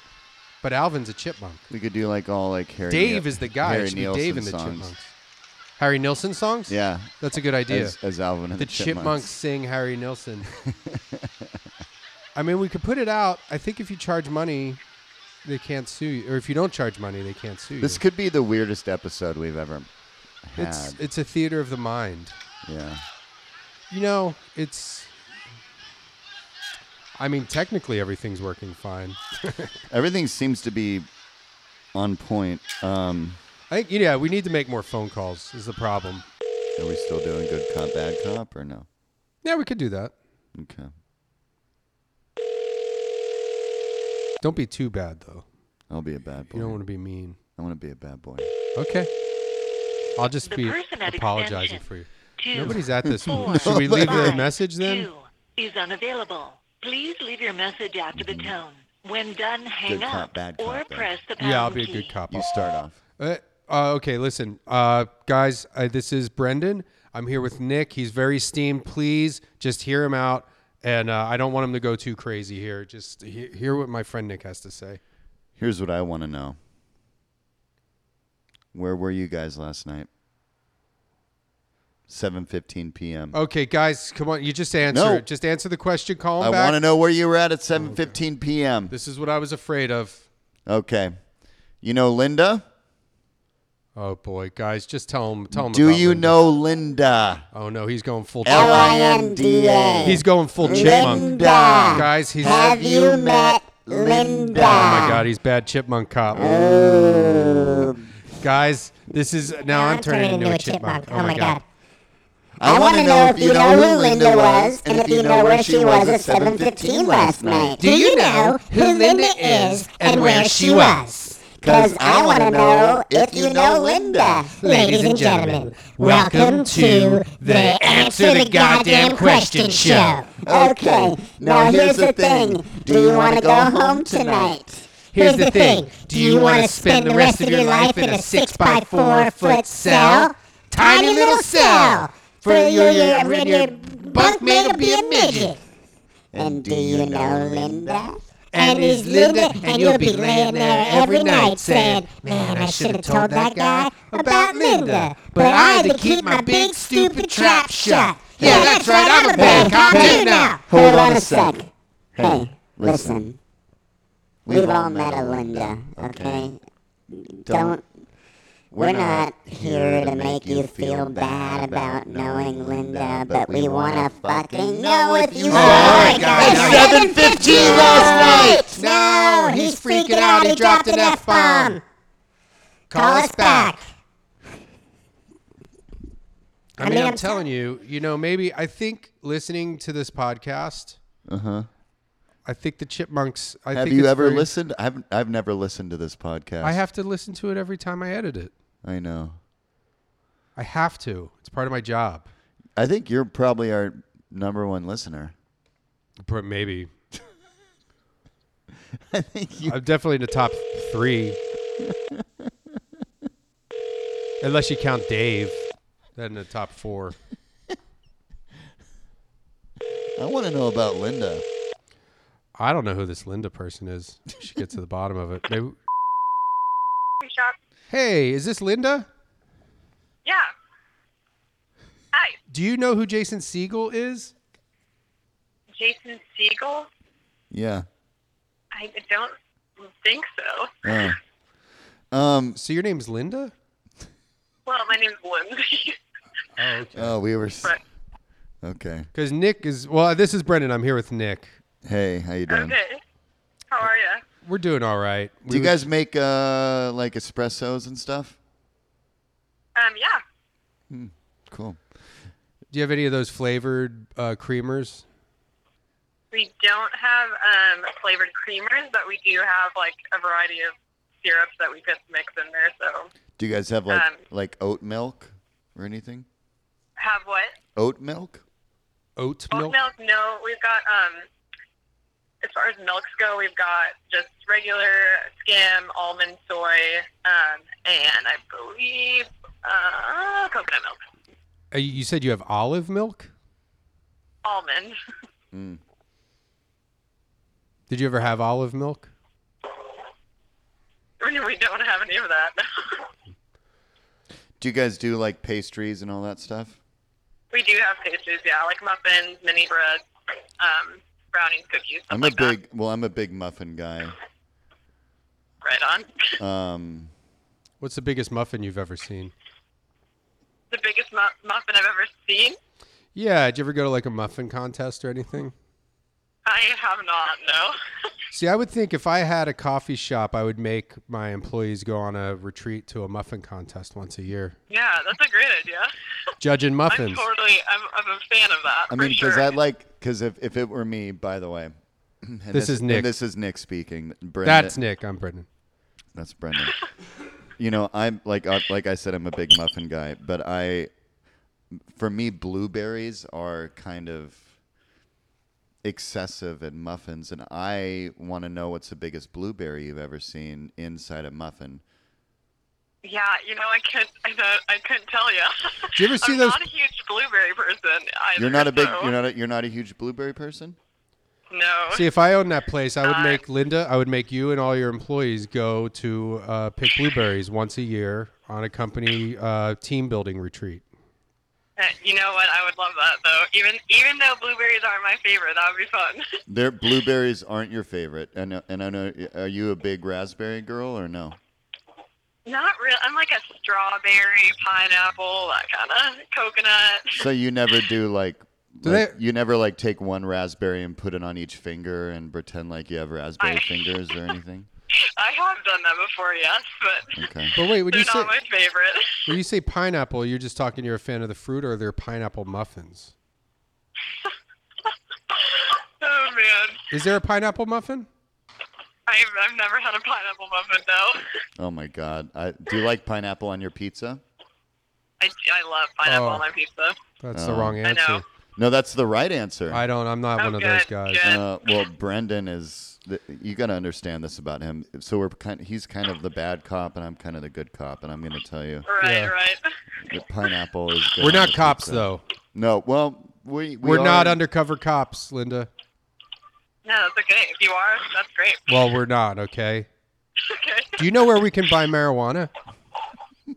Speaker 1: But Alvin's a chipmunk.
Speaker 2: We could do like all like Harry.
Speaker 1: Dave
Speaker 2: Ni-
Speaker 1: is the guy.
Speaker 2: Harry
Speaker 1: it should be
Speaker 2: Nilsson
Speaker 1: Dave and the
Speaker 2: songs.
Speaker 1: Chipmunks. Harry Nilsson songs?
Speaker 2: Yeah.
Speaker 1: That's a good idea.
Speaker 2: As, as Alvin and the,
Speaker 1: the chipmunks. sing Harry Nilsson. I mean, we could put it out. I think if you charge money, they can't sue you, or if you don't charge money, they can't sue you.
Speaker 2: This could be the weirdest episode we've ever had.
Speaker 1: it's it's a theater of the mind.
Speaker 2: yeah.
Speaker 1: You know, it's. I mean, technically, everything's working fine.
Speaker 2: Everything seems to be on point. Um,
Speaker 1: I think, yeah, we need to make more phone calls. Is the problem?
Speaker 2: are we still doing good cop, bad cop, or no?
Speaker 1: Yeah, we could do that.
Speaker 2: Okay.
Speaker 1: Don't be too bad though.
Speaker 2: I'll be a bad boy.
Speaker 1: You don't want to be mean.
Speaker 2: I want to be a bad boy.
Speaker 1: Okay. I'll just
Speaker 9: The
Speaker 1: be
Speaker 9: person at
Speaker 1: apologizing
Speaker 9: extension
Speaker 1: for you.
Speaker 9: Two,
Speaker 1: Nobody's at this.
Speaker 9: four,
Speaker 1: Should we leave the
Speaker 9: five,
Speaker 1: message then?
Speaker 9: Two is unavailable. Please leave your message after the tone. When done, hang
Speaker 2: Mm-hmm. Good
Speaker 9: up
Speaker 2: cop, bad cop,
Speaker 9: or
Speaker 2: though.
Speaker 9: press the pound
Speaker 1: Yeah, I'll be a
Speaker 9: key.
Speaker 1: good cop.
Speaker 2: You start off.
Speaker 1: Uh, uh, okay, listen, uh, guys. Uh, this is Brendan. I'm here with Nick. He's very steamed. Please just hear him out, and uh, I don't want him to go too crazy here. Just he- hear what my friend Nick has to say.
Speaker 2: Here's what I want to know. Where were you guys last night? 7:15 p.m.
Speaker 1: Okay, guys, come on. You just answer.
Speaker 2: No.
Speaker 1: it. Just answer the question. Call him
Speaker 2: I
Speaker 1: back.
Speaker 2: want to know where you were at at 7:15 p.m.
Speaker 1: This is what I was afraid of.
Speaker 2: Okay. You know Linda?
Speaker 1: Oh boy, guys, just tell him. Tell him.
Speaker 2: Do
Speaker 1: about
Speaker 2: you
Speaker 1: Linda.
Speaker 2: know Linda?
Speaker 1: Oh no, he's going full.
Speaker 2: L
Speaker 1: chipmunk.
Speaker 2: I N D A.
Speaker 1: He's going full chipmunk,
Speaker 2: Linda.
Speaker 1: guys. He's.
Speaker 6: Have you met
Speaker 2: Linda.
Speaker 1: Oh
Speaker 6: Linda?
Speaker 1: my God, he's bad chipmunk cop.
Speaker 6: Oh.
Speaker 1: Guys, this is now, I'm, turning, into a chipmunk.
Speaker 6: Oh my God.
Speaker 2: I
Speaker 6: wanna
Speaker 2: want to know if you know who Linda was and if you know where she was at
Speaker 6: 7:15
Speaker 2: 7:15 last night.
Speaker 6: Do you know who Linda is and where she was? Because I want to know if you know Linda. Ladies and gentlemen, welcome to the Answer the Goddamn Question Show. Okay, now here's the thing. Do you want to go home tonight? Here's the thing. Do you want to spend the rest of your life in a six by four foot cell? Tiny little cell. For your, your, your, your bunkmate to be a midget. And do you know Linda? And is Linda, and you'll be laying there every night saying, Man, I should have told that guy about Linda. But I had to keep my big stupid trap shut. Yeah, that's right, I'm a bad cop too now. Hold on a sec. Hey, listen. We've all met a Linda, okay? Don't. We're not here to make you feel bad about knowing Linda, but we want to fucking know if you saw her at 7.15 last night! No, he's freaking out, he dropped an F-bomb. Call us back.
Speaker 1: I mean, I'm, telling you, you know, maybe I think listening to this podcast,
Speaker 2: Uh huh.
Speaker 1: I think the chipmunks. I
Speaker 2: Have
Speaker 1: think
Speaker 2: you
Speaker 1: it's
Speaker 2: ever
Speaker 1: very-
Speaker 2: listened? I've I've never listened to this podcast.
Speaker 1: I have to listen to it every time I edit it.
Speaker 2: I know.
Speaker 1: I have to. It's part of my job.
Speaker 2: I think you're probably our number one listener.
Speaker 1: Pro- Maybe
Speaker 2: I think you.
Speaker 1: I'm definitely in the top three, unless you count Dave. Then in the top four.
Speaker 2: I want to know about Linda.
Speaker 1: I don't know who this Linda person is. We should get to the bottom of it. Maybe-
Speaker 3: Shop.
Speaker 1: Hey, is this Linda?
Speaker 3: Yeah. Hi,
Speaker 1: Do you know who Jason Siegel is?
Speaker 3: Jason Siegel.
Speaker 2: Yeah.
Speaker 3: I don't think so.
Speaker 2: Oh. Um.
Speaker 1: So your name's Linda?
Speaker 3: Well, my name's Lindsay.
Speaker 1: Oh, okay.
Speaker 2: Oh, we were. s-
Speaker 3: Right.
Speaker 2: Okay.
Speaker 1: Because Nick is well. This is Brendan. I'm here with Nick.
Speaker 2: Hey, how you doing?
Speaker 3: okay. How are you?
Speaker 1: We're doing all right. We
Speaker 2: Do you
Speaker 1: were-
Speaker 2: guys make uh like espressos and stuff?
Speaker 3: Um, yeah.
Speaker 2: Cool.
Speaker 1: Do you have any of those flavored uh, creamers?
Speaker 3: We don't have um, flavored creamers, but we do have like a variety of syrups that we just mix in there. So
Speaker 2: Do you guys have like
Speaker 3: Um,
Speaker 2: like oat milk or anything?
Speaker 3: have what?
Speaker 2: Oat milk?
Speaker 1: Oat
Speaker 3: Oat
Speaker 1: milk.
Speaker 3: milk? Oh, No, we've got um. As far as milks go, we've got just regular skim, almond, soy, um, and I believe uh, coconut milk.
Speaker 1: Uh, you said you have olive milk.
Speaker 3: Almond.
Speaker 2: Mm.
Speaker 1: Did you ever have olive milk?
Speaker 3: we don't have any of that.
Speaker 2: Do you guys do like pastries and all that stuff?
Speaker 3: we do have pastries, yeah, like muffins, mini bread, um, brownies, cookies. stuff
Speaker 2: I'm a
Speaker 3: like that.
Speaker 2: big well, I'm a big muffin guy.
Speaker 3: Right on.
Speaker 2: Um,
Speaker 1: What's the biggest muffin you've ever seen?
Speaker 3: the biggest mu- muffin I've ever seen.
Speaker 1: Yeah. Did you ever go to like a muffin contest or anything?
Speaker 3: I have not, no.
Speaker 1: See, I would think if I had a coffee shop, I would make my employees go on a retreat to a muffin contest once a year,
Speaker 3: yeah, that's a great idea.
Speaker 1: judging
Speaker 3: I'm
Speaker 1: muffins.
Speaker 3: totally, I'm, I'm a fan of that.
Speaker 2: I
Speaker 3: for
Speaker 2: mean,
Speaker 3: sure.
Speaker 2: because I like because if, if it were me, by the way, and
Speaker 1: This is
Speaker 2: and
Speaker 1: Nick.
Speaker 2: this is Nick speaking. Brendan,
Speaker 1: That's Nick. I'm Brendan.
Speaker 2: That's Brendan. you know, I'm like uh, like I said, I'm a big muffin guy, but I, for me, blueberries are kind of excessive in muffins, and I want to know what's the biggest blueberry you've ever seen inside a muffin.
Speaker 3: yeah, you know, I couldn't, I, don't, I couldn't tell you.
Speaker 1: Do you ever see
Speaker 3: I'm
Speaker 1: those-
Speaker 3: not a huge blueberry person. Either,
Speaker 2: You're not a big.
Speaker 3: so-
Speaker 2: You're not. A, you're not a huge blueberry person.
Speaker 3: No.
Speaker 1: See, if I owned that place, I would
Speaker 3: Uh,
Speaker 1: make Linda, I would make you and all your employees go to uh, pick blueberries once a year on a company uh, team building retreat.
Speaker 3: Uh, You know what? I would love that though. Even even though blueberries aren't my favorite, that would be fun.
Speaker 2: Their blueberries aren't your favorite, and uh, and I know. Are you a big raspberry girl or no?
Speaker 3: Not real. I'm like a strawberry, pineapple, that kind of coconut.
Speaker 2: So you never do like.
Speaker 1: Do
Speaker 2: like-
Speaker 1: they-
Speaker 2: you never like take one raspberry and put it on each finger and pretend like you have raspberry
Speaker 3: I-
Speaker 2: fingers or anything.
Speaker 3: I have done that before, yes, but
Speaker 2: Okay.
Speaker 1: But wait, when
Speaker 3: they're
Speaker 1: you
Speaker 3: not
Speaker 1: say
Speaker 3: my favorite.
Speaker 1: when you say pineapple, you're just talking you're a fan of the fruit, or are there pineapple muffins?
Speaker 3: oh man,
Speaker 1: Is there a pineapple muffin?
Speaker 3: I've I've never had a pineapple muffin though.
Speaker 2: Oh my God. I, do you like pineapple on your pizza?
Speaker 3: I, I love pineapple
Speaker 1: Oh.
Speaker 3: on my pizza.
Speaker 1: That's the
Speaker 2: Oh.
Speaker 1: wrong
Speaker 3: I know.
Speaker 1: answer.
Speaker 2: No, that's the right answer.
Speaker 1: I don't. I'm not
Speaker 3: Oh,
Speaker 1: one of those
Speaker 3: good,
Speaker 1: guys.
Speaker 3: good.
Speaker 2: Uh, well, Brendan is. th- You got to understand this about him. So we're kind. He's kind of the bad cop, and I'm kind of the good cop. And I'm going to tell you,
Speaker 3: Right,
Speaker 1: Yeah.
Speaker 3: right.
Speaker 2: that pineapple is. Good
Speaker 1: We're
Speaker 2: on
Speaker 1: not
Speaker 2: the
Speaker 1: cops
Speaker 2: pizza.
Speaker 1: though.
Speaker 2: No. Well, we, we
Speaker 1: We're not
Speaker 2: are-
Speaker 1: undercover cops, Linda.
Speaker 3: No, that's okay. If you are, that's great.
Speaker 1: Well, we're not. Okay.
Speaker 3: Okay.
Speaker 1: Do you know where we can buy marijuana?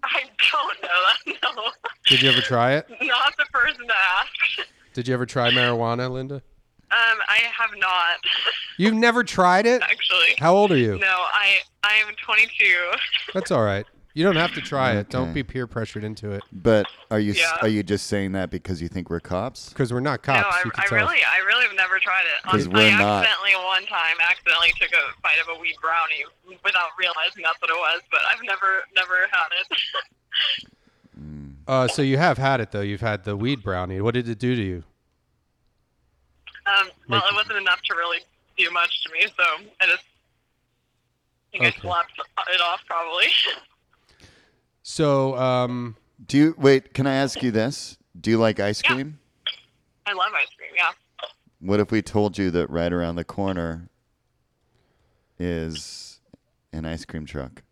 Speaker 3: I don't know that. No,
Speaker 1: Did you ever try it?
Speaker 3: not the person to ask.
Speaker 1: Did you ever try marijuana, Linda?
Speaker 3: Um, I have not
Speaker 1: You've never tried it?
Speaker 3: actually.
Speaker 1: How old are you?
Speaker 3: No, I I am 22.
Speaker 1: That's all right. You don't have to try it. Don't be
Speaker 2: Okay.
Speaker 1: peer pressured into it
Speaker 2: But are you s
Speaker 3: Yeah.
Speaker 2: are you just saying that because you think we're cops?
Speaker 1: because we're not
Speaker 3: No,
Speaker 1: cops.
Speaker 3: I,
Speaker 1: you can
Speaker 3: I
Speaker 1: tell.
Speaker 3: really, I really have never tried it.
Speaker 2: 'Cause
Speaker 3: Honestly,
Speaker 2: we're
Speaker 3: I
Speaker 2: not.
Speaker 3: accidentally one time accidentally took a bite of a wheat brownie without realizing that's what it was, but I've never, never had it.
Speaker 1: Uh, so you have had it though. You've had the weed brownie. What did it do to you?
Speaker 3: um, well,
Speaker 1: Make-
Speaker 3: it wasn't enough to really do much to me, so I just I think
Speaker 1: Okay.
Speaker 3: I slapped it off probably.
Speaker 1: So um,
Speaker 2: Do you wait? Can I ask you this? Do you like ice
Speaker 3: Yeah.
Speaker 2: cream?
Speaker 3: I love ice cream. Yeah,
Speaker 2: What if we told you that right around the corner is an ice cream truck?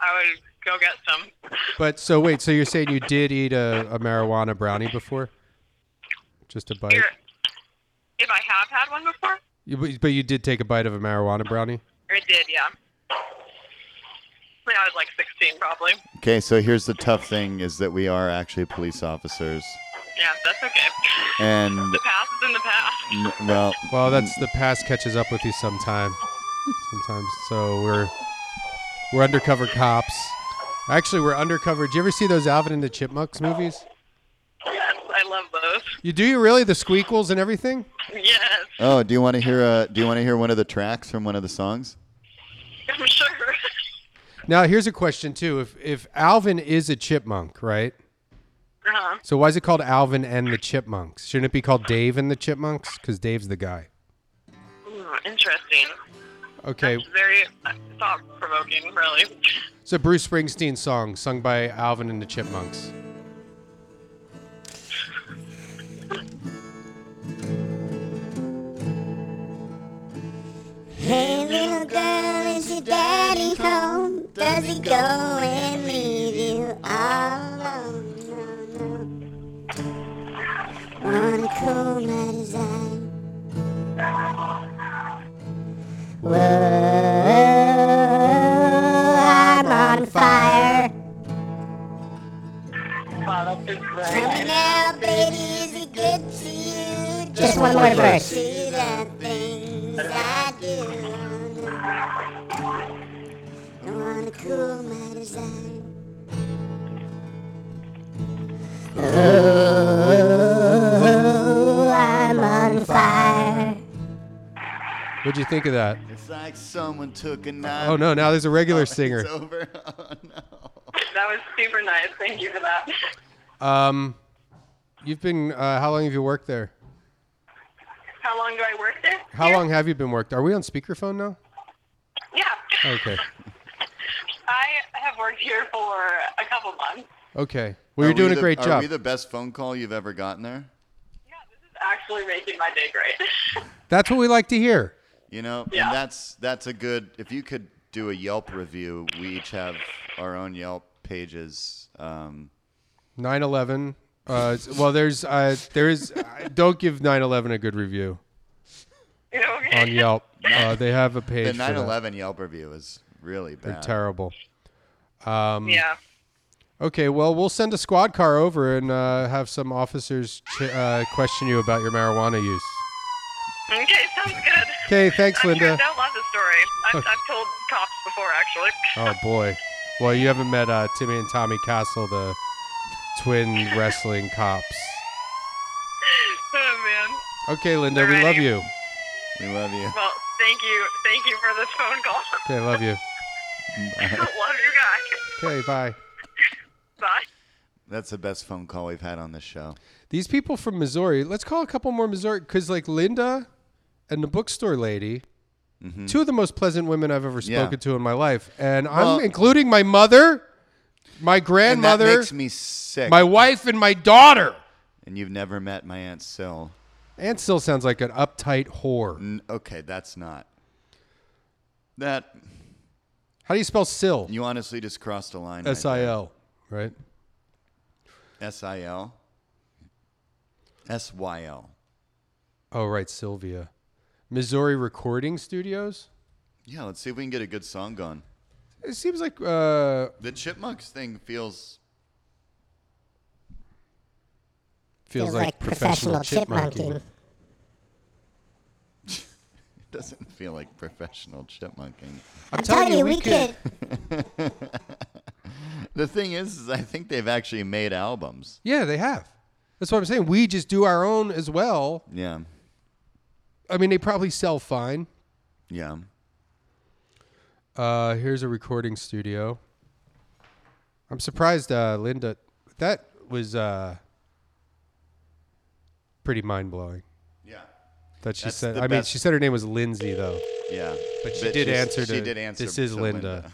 Speaker 3: I would go get some.
Speaker 1: But so wait, so you're saying you did eat a, a marijuana brownie before? Just a bite?
Speaker 3: Here, if I have had one before,
Speaker 1: You, but- but you did take a bite of a marijuana brownie?
Speaker 3: or it did, yeah. When I was like 16, probably.
Speaker 2: Okay, so here's the tough thing is that we are actually police officers.
Speaker 3: Yeah, that's okay.
Speaker 2: And
Speaker 3: The past is in the past.
Speaker 2: n- well,
Speaker 1: Well, that's the past catches up with you sometime. Sometimes. So we're we're undercover cops. Actually, we're undercover. Did you ever see those Alvin and the Chipmunks movies?
Speaker 3: Yes, I love those.
Speaker 1: You do you really the squeakles and everything?
Speaker 3: Yes,
Speaker 2: oh, do you want to hear a do you want to hear one of the tracks from one of the songs?
Speaker 3: I'm sure.
Speaker 1: Now, here's a question too. If if Alvin is a chipmunk, right?
Speaker 3: Uh-huh.
Speaker 1: So why is it called Alvin and the Chipmunks? Shouldn't it be called Dave and the Chipmunks? Because Dave's the guy.
Speaker 3: Ooh, Hmm, interesting.
Speaker 1: Okay,
Speaker 3: It's very thought provoking, really.
Speaker 1: it's a Bruce Springsteen song sung by Alvin and the Chipmunks.
Speaker 6: Hey, little girl, is your daddy home? Does he go and leave you all alone? No, no. On a cold night as I. Whoa, I'm on fire. Coming out, baby, is it good to you? Just one more verse. See the things I do. I wanna cool my desire. Oh, I'm on fire.
Speaker 1: What'd you think of that?
Speaker 2: It's like someone took a knife.
Speaker 1: Oh no, now there's a regular singer.
Speaker 2: It's over. Oh no.
Speaker 3: That was super nice. Thank you for that.
Speaker 1: Um, you've been uh, how long have you worked there?
Speaker 3: How long do I work there?
Speaker 1: How long have you been worked? Are we on speakerphone now?
Speaker 3: Yeah.
Speaker 1: Okay,
Speaker 3: I have worked here for a couple months.
Speaker 1: okay. Well, you're
Speaker 2: Are we
Speaker 1: doing a
Speaker 2: the-
Speaker 1: great
Speaker 2: Are
Speaker 1: job.
Speaker 2: we the best phone call you've ever gotten there?
Speaker 3: Yeah, this is actually making my day great.
Speaker 1: That's what we like to hear.
Speaker 2: You know,
Speaker 3: Yeah.
Speaker 2: and that's that's a good. If you could do a Yelp review, we each have our own Yelp pages. Um,
Speaker 1: 9/11. Uh, s- well, there's uh, there is. Uh, don't give 9/11 a good review
Speaker 3: You know, okay.
Speaker 1: on Yelp. Uh, they have a page.
Speaker 2: the
Speaker 1: for that.
Speaker 2: 9/11 Yelp review is really
Speaker 1: They're
Speaker 2: bad.
Speaker 1: terrible. Um,
Speaker 3: yeah.
Speaker 1: Okay, well, we'll send a squad car over and uh, have some officers ch- uh, question you about your marijuana use.
Speaker 3: Okay, sounds good.
Speaker 1: Okay, thanks,
Speaker 3: I'm
Speaker 1: Linda.
Speaker 3: Sure they'll love the story. I've, I've told cops before, actually.
Speaker 1: Oh boy. Well, you haven't met uh, Timmy and Tommy Castle, the twin wrestling cops.
Speaker 3: Oh man.
Speaker 1: Okay, Linda, we love you.
Speaker 2: We love you.
Speaker 3: Well, thank you, thank you for this phone call.
Speaker 1: Okay, love you.
Speaker 3: love you guys.
Speaker 1: Okay, bye.
Speaker 3: Bye.
Speaker 2: That's the best phone call we've had on this show.
Speaker 1: These people from Missouri. Let's call a couple more Missouri because, like Linda and the bookstore lady, two of the most pleasant women I've ever
Speaker 2: Mm-hmm. Yeah.
Speaker 1: spoken to in my life, and
Speaker 2: Well-
Speaker 1: I'm including my mother, my
Speaker 2: And that
Speaker 1: grandmother,
Speaker 2: makes me sick.
Speaker 1: my wife, and my daughter.
Speaker 2: and you've never met my aunt Sil.
Speaker 1: Aunt still sounds like an uptight whore.
Speaker 2: N- okay, that's not. That
Speaker 1: How do you spell Sill?
Speaker 2: you honestly just crossed a line. right
Speaker 1: S I L, right?
Speaker 2: there. S I L. S Y L.
Speaker 1: Oh, right, Sylvia. Missouri Recording Studios?
Speaker 2: Yeah, let's see if we can get a good song going.
Speaker 1: It seems like uh,
Speaker 2: The chipmunks thing feels
Speaker 1: feels like, professional, chipmunking.
Speaker 2: doesn't feel like professional chipmunking.
Speaker 6: I'm telling you, we could.
Speaker 2: The thing is, is I think they've actually made albums.
Speaker 1: Yeah, they have. That's what I'm saying. We just do our own as well.
Speaker 2: Yeah,
Speaker 1: I mean, they probably sell fine.
Speaker 2: yeah.
Speaker 1: Uh, here's a recording studio. I'm surprised, uh, Linda. That was uh, pretty mind blowing.
Speaker 2: Yeah.
Speaker 1: That she
Speaker 2: That's
Speaker 1: said.
Speaker 2: the
Speaker 1: I mean,
Speaker 2: best.
Speaker 1: she said her name was Lindsay, though.
Speaker 2: Yeah,
Speaker 1: But she did answer
Speaker 2: She
Speaker 1: to-
Speaker 2: did answer.
Speaker 1: "This is
Speaker 2: to
Speaker 1: Linda."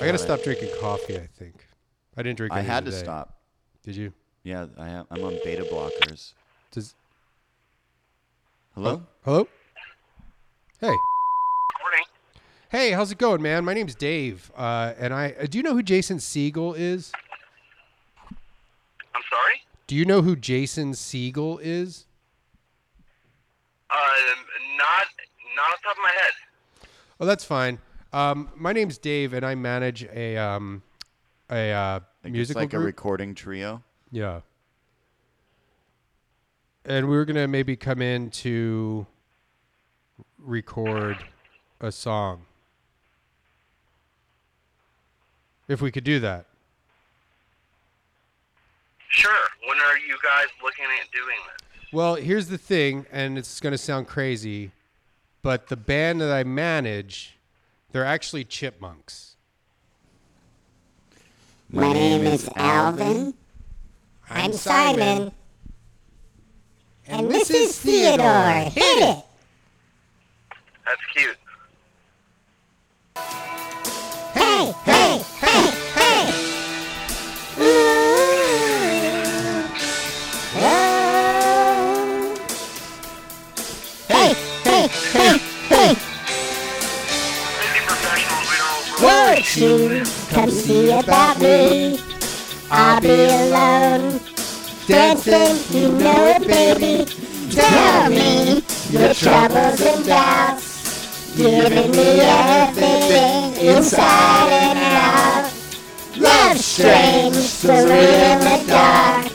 Speaker 1: I gotta stop drinking coffee. I think I didn't drink.
Speaker 2: I
Speaker 1: any
Speaker 2: had to
Speaker 1: today.
Speaker 2: stop.
Speaker 1: Did you?
Speaker 2: Yeah, I am. I'm on beta blockers.
Speaker 1: Does Oh,
Speaker 2: Hello?
Speaker 1: hello? Hey,
Speaker 3: Morning.
Speaker 1: hey, how's it going, man? My name's Dave, uh, and I uh, do you know who Jason Siegel is?
Speaker 3: I'm sorry?
Speaker 1: Do you know who Jason Siegel is?
Speaker 3: Um, not, not off the top of my head.
Speaker 1: Oh, that's fine. Um, my name's Dave, and I manage a um, a uh,
Speaker 2: Like,
Speaker 1: musical
Speaker 2: it's like a
Speaker 1: group.
Speaker 2: recording trio.
Speaker 1: Yeah. And we were gonna maybe come in to record a song. If we could do that.
Speaker 3: Sure. When are you guys looking at doing this?
Speaker 1: Well, here's the thing, and it's gonna sound crazy, but the band that I manage, they're actually chipmunks.
Speaker 6: My name is Alvin. I'm Simon. And this is Theodore. Hit it!
Speaker 3: That's cute.
Speaker 6: Hey, hey, hey, hey! Ooh. Oh. Hey, hey, hey, hey!
Speaker 3: Busy professionals, we don't
Speaker 6: Won't you come see about me? I'll be alone. Dancing, you know it, baby. Tell me your troubles and doubts. Giving me everything inside and out. Love's strange, surreal in the dark.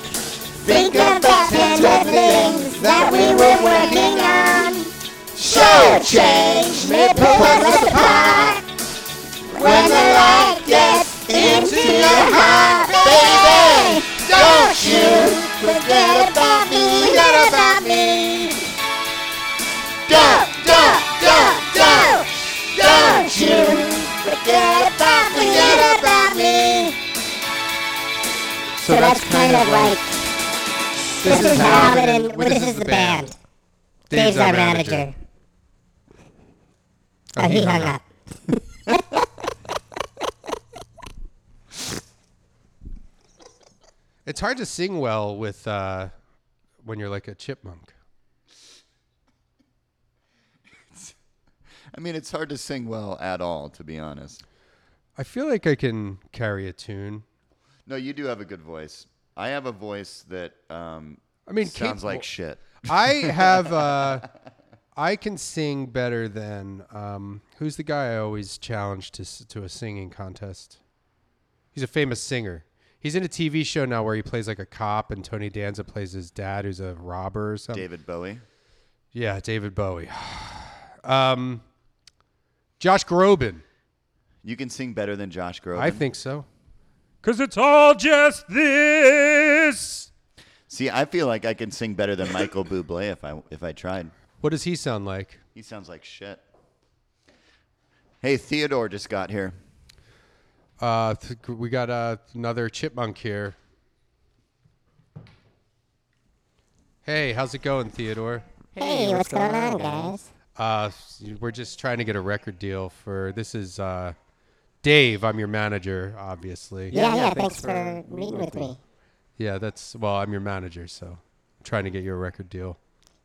Speaker 6: Think of the tender things that we were working on. Show change may pull us apart. When the light gets into your heart, baby, don't you forget about me, forget about me. Don't, don't, don't, don't, don't you forget about me, forget about me. So that's kind of like this is Alvin and well, this is the band. Dave's our manager. Oh, he hung up.
Speaker 1: It's hard to sing well with uh, when you're like a chipmunk.
Speaker 2: I mean, it's hard to sing well at all, to be honest.
Speaker 1: I feel like I can carry a tune.
Speaker 2: No, you do have a good voice. I have a voice that um,
Speaker 1: I mean,
Speaker 2: sounds
Speaker 1: capable-
Speaker 2: like shit.
Speaker 1: I have. Uh, I can sing better than um, who's the guy I always challenge to s- to a singing contest. He's a famous singer. He's in a TV show now where he plays like a cop, and Tony Danza plays his dad, who's a robber or something.
Speaker 2: David Bowie.
Speaker 1: Yeah, David Bowie. um, Josh Groban.
Speaker 2: You can sing better than Josh Groban.
Speaker 1: I think so. Cause it's all just this.
Speaker 2: See, I feel like I can sing better than Michael Bublé if I if I tried.
Speaker 1: What does he sound like?
Speaker 2: He sounds like shit. Hey, Theodore just got here.
Speaker 1: Uh, th- we got uh, another chipmunk here. Hey, how's it going, Theodore?
Speaker 6: Hey, what's going on, guys?
Speaker 1: Uh, s- we're just trying to get a record deal for this. Is uh, Dave? I'm your manager, obviously.
Speaker 6: Yeah, yeah, thanks for meeting with me.
Speaker 1: Yeah, that's well. I'm your manager, so I'm trying to get you a record deal.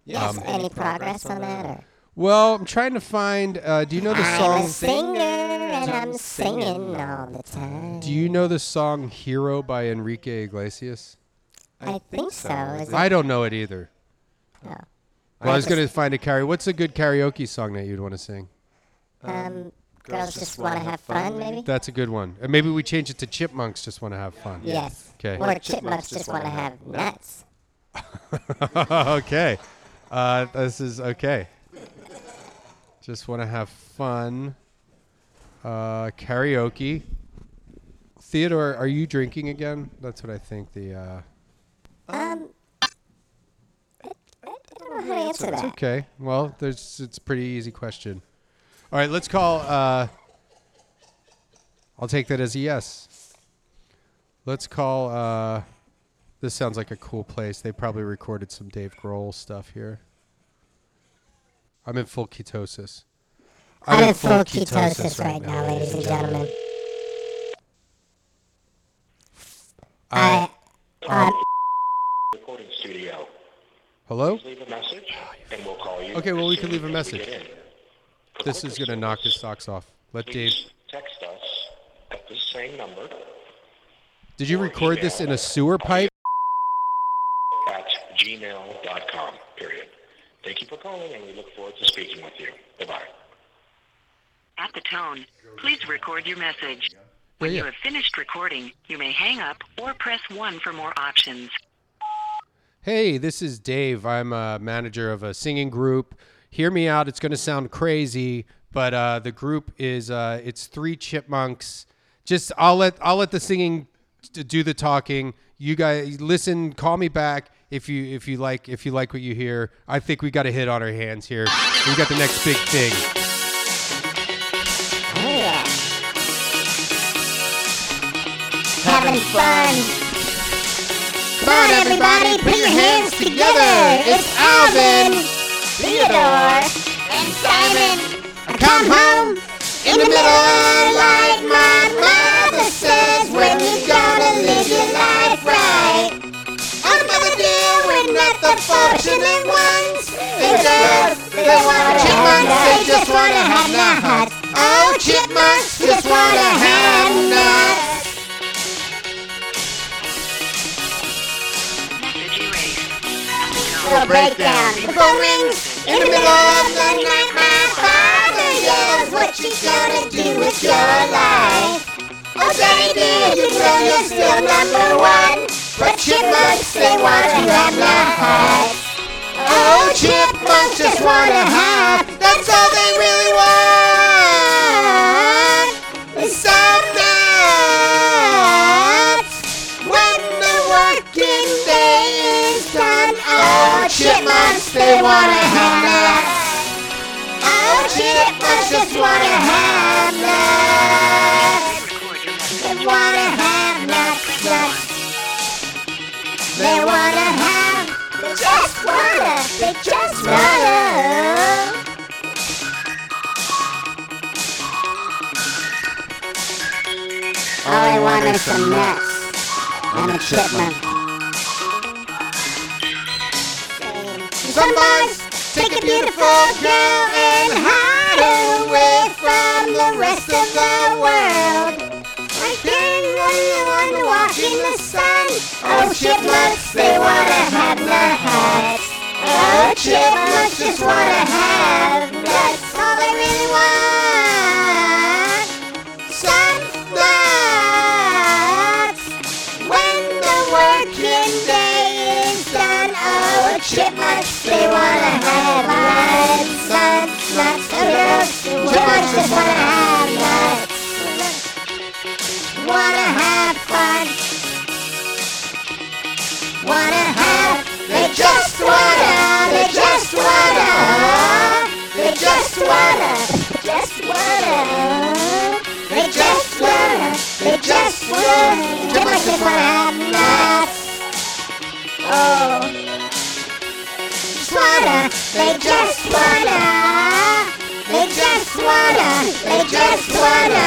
Speaker 6: Yes, any progress on that? Or?
Speaker 1: Well, I'm trying to find. Uh, do you know the
Speaker 6: I'm
Speaker 1: song?
Speaker 6: a singer and I'm singing all the time.
Speaker 1: Do you know the song "Hero" by Enrique Iglesias?
Speaker 6: I think so. Is it?
Speaker 1: I don't know it either. Well, I was going to find a karaoke. What's a good karaoke song that you'd want to sing?
Speaker 6: Um, girls just want to have fun, maybe?
Speaker 1: That's a good one. And maybe we change it to Chipmunks just want to have fun.
Speaker 6: Yes.
Speaker 1: Okay.
Speaker 6: Or chipmunks just want to have nuts.
Speaker 1: okay. Uh, this is okay. Just want to have fun. Uh, karaoke. Theodore, are you drinking again? That's what I think. The uh,
Speaker 6: I don't know how to answer that.
Speaker 1: okay. Well, there's it's a pretty easy question. All right, let's call. Uh, I'll take that as a yes. Let's call. Uh, this sounds like a cool place. They probably recorded some Dave Grohl stuff here. I'm in full ketosis.
Speaker 6: I'm in full ketosis right now, ladies and gentlemen. I, um,
Speaker 1: Hello?
Speaker 10: Leave a message, and we'll call you.
Speaker 1: Okay, well,
Speaker 10: as
Speaker 1: we can
Speaker 10: soon
Speaker 1: leave a
Speaker 10: as we
Speaker 1: message.
Speaker 10: get in.
Speaker 1: This is going to knock his socks off. Let Dave.
Speaker 10: Please Text us at this same number
Speaker 1: Did you record this in a sewer pipe?
Speaker 10: at gmail.com, period. Thank you for calling, and we look forward to speaking with you. Bye-bye.
Speaker 9: At the tone, please record your message. When
Speaker 1: Yeah,
Speaker 9: you
Speaker 1: yeah.
Speaker 9: have finished recording, you may hang up or press 1 for more options.
Speaker 1: Hey, this is Dave. I'm a manager of a singing group. Hear me out. It's going to sound crazy, but uh, the group is uh, it's three chipmunks. Just I'll let I'll let the singing t- do the talking. You guys listen. Call me back if you if you like if you like what you hear. I think we got a hit on our hands here. We got the next big thing.
Speaker 6: Oh, yeah. Having fun. Come on, everybody, put your hands together. It's Alvin, Theodore, and Simon. I come home in the middle of the night. My mother says, when you gonna live your life right? Another deal, we're not the fortunate ones. They just, they want chipmunks, they just wanna have nuts. Oh, chipmunks just wanna have nuts.
Speaker 9: Message erased. At the tone,
Speaker 6: Little breakdown. The phone rings in the middle of the night. My father yells, "What you gonna do with your life?" Oh, Daddy dear, you know you're still number one, but chipmunks they want to have nuts. Oh, chipmunks just want to have. That's all they really want. Is some nuts. When the working day is done, oh, chipmunks they want to have nuts. Oh, chipmunks just want to have nuts.
Speaker 9: record your message.
Speaker 6: They want to have nuts, nuts. They want to have. They just wanna. They just wanna. All I want is some nuts. I'm a chipmunk. Some boys take a beautiful girl and hide away from the rest of the world. Like anyone walking the sun. Oh, chipmunks, they wanna have nuts. Oh, chipmunks just wanna have nuts. All they really want. Some nuts. When the working day is done, oh, chipmunks, they wanna have nuts. Nuts, nuts, nuts. Chipmunks just wanna have nuts. Wanna have fun. Wanna have, they just wanna, they just wanna, they just wanna, just wanna. They just wanna, they just wanna, chipmunks just wanna have nuts. Oh. Just wanna, they just wanna, they just wanna, they just wanna.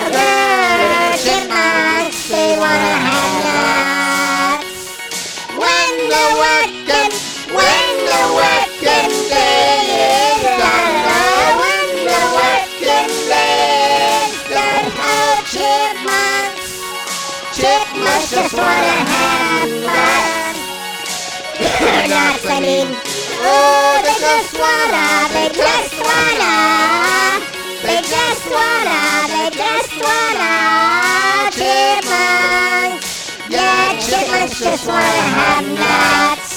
Speaker 6: Other chipmunks, they wanna have nuts. When the working, when the working day is done, oh, when the working day is done, oh, chipmunks, chipmunks just wanna have fun. Nuts, I mean, oh, they just wanna, they just wanna, they just wanna, they just wanna, chipmunks. Yeah, chipmunks just wanna have nuts.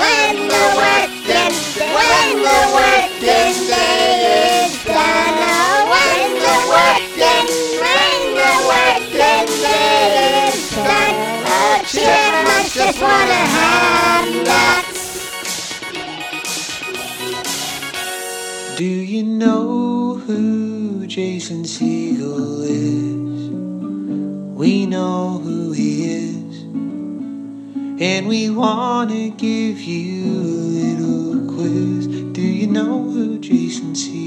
Speaker 6: When the working, when the working day is done, oh, when the working, when the working day is done, oh, chipmunks just wanna have nuts.
Speaker 4: Do you know who Jason Siegel is? We know who he is, and we want to give you a little quiz. Do you know who Jason Siegel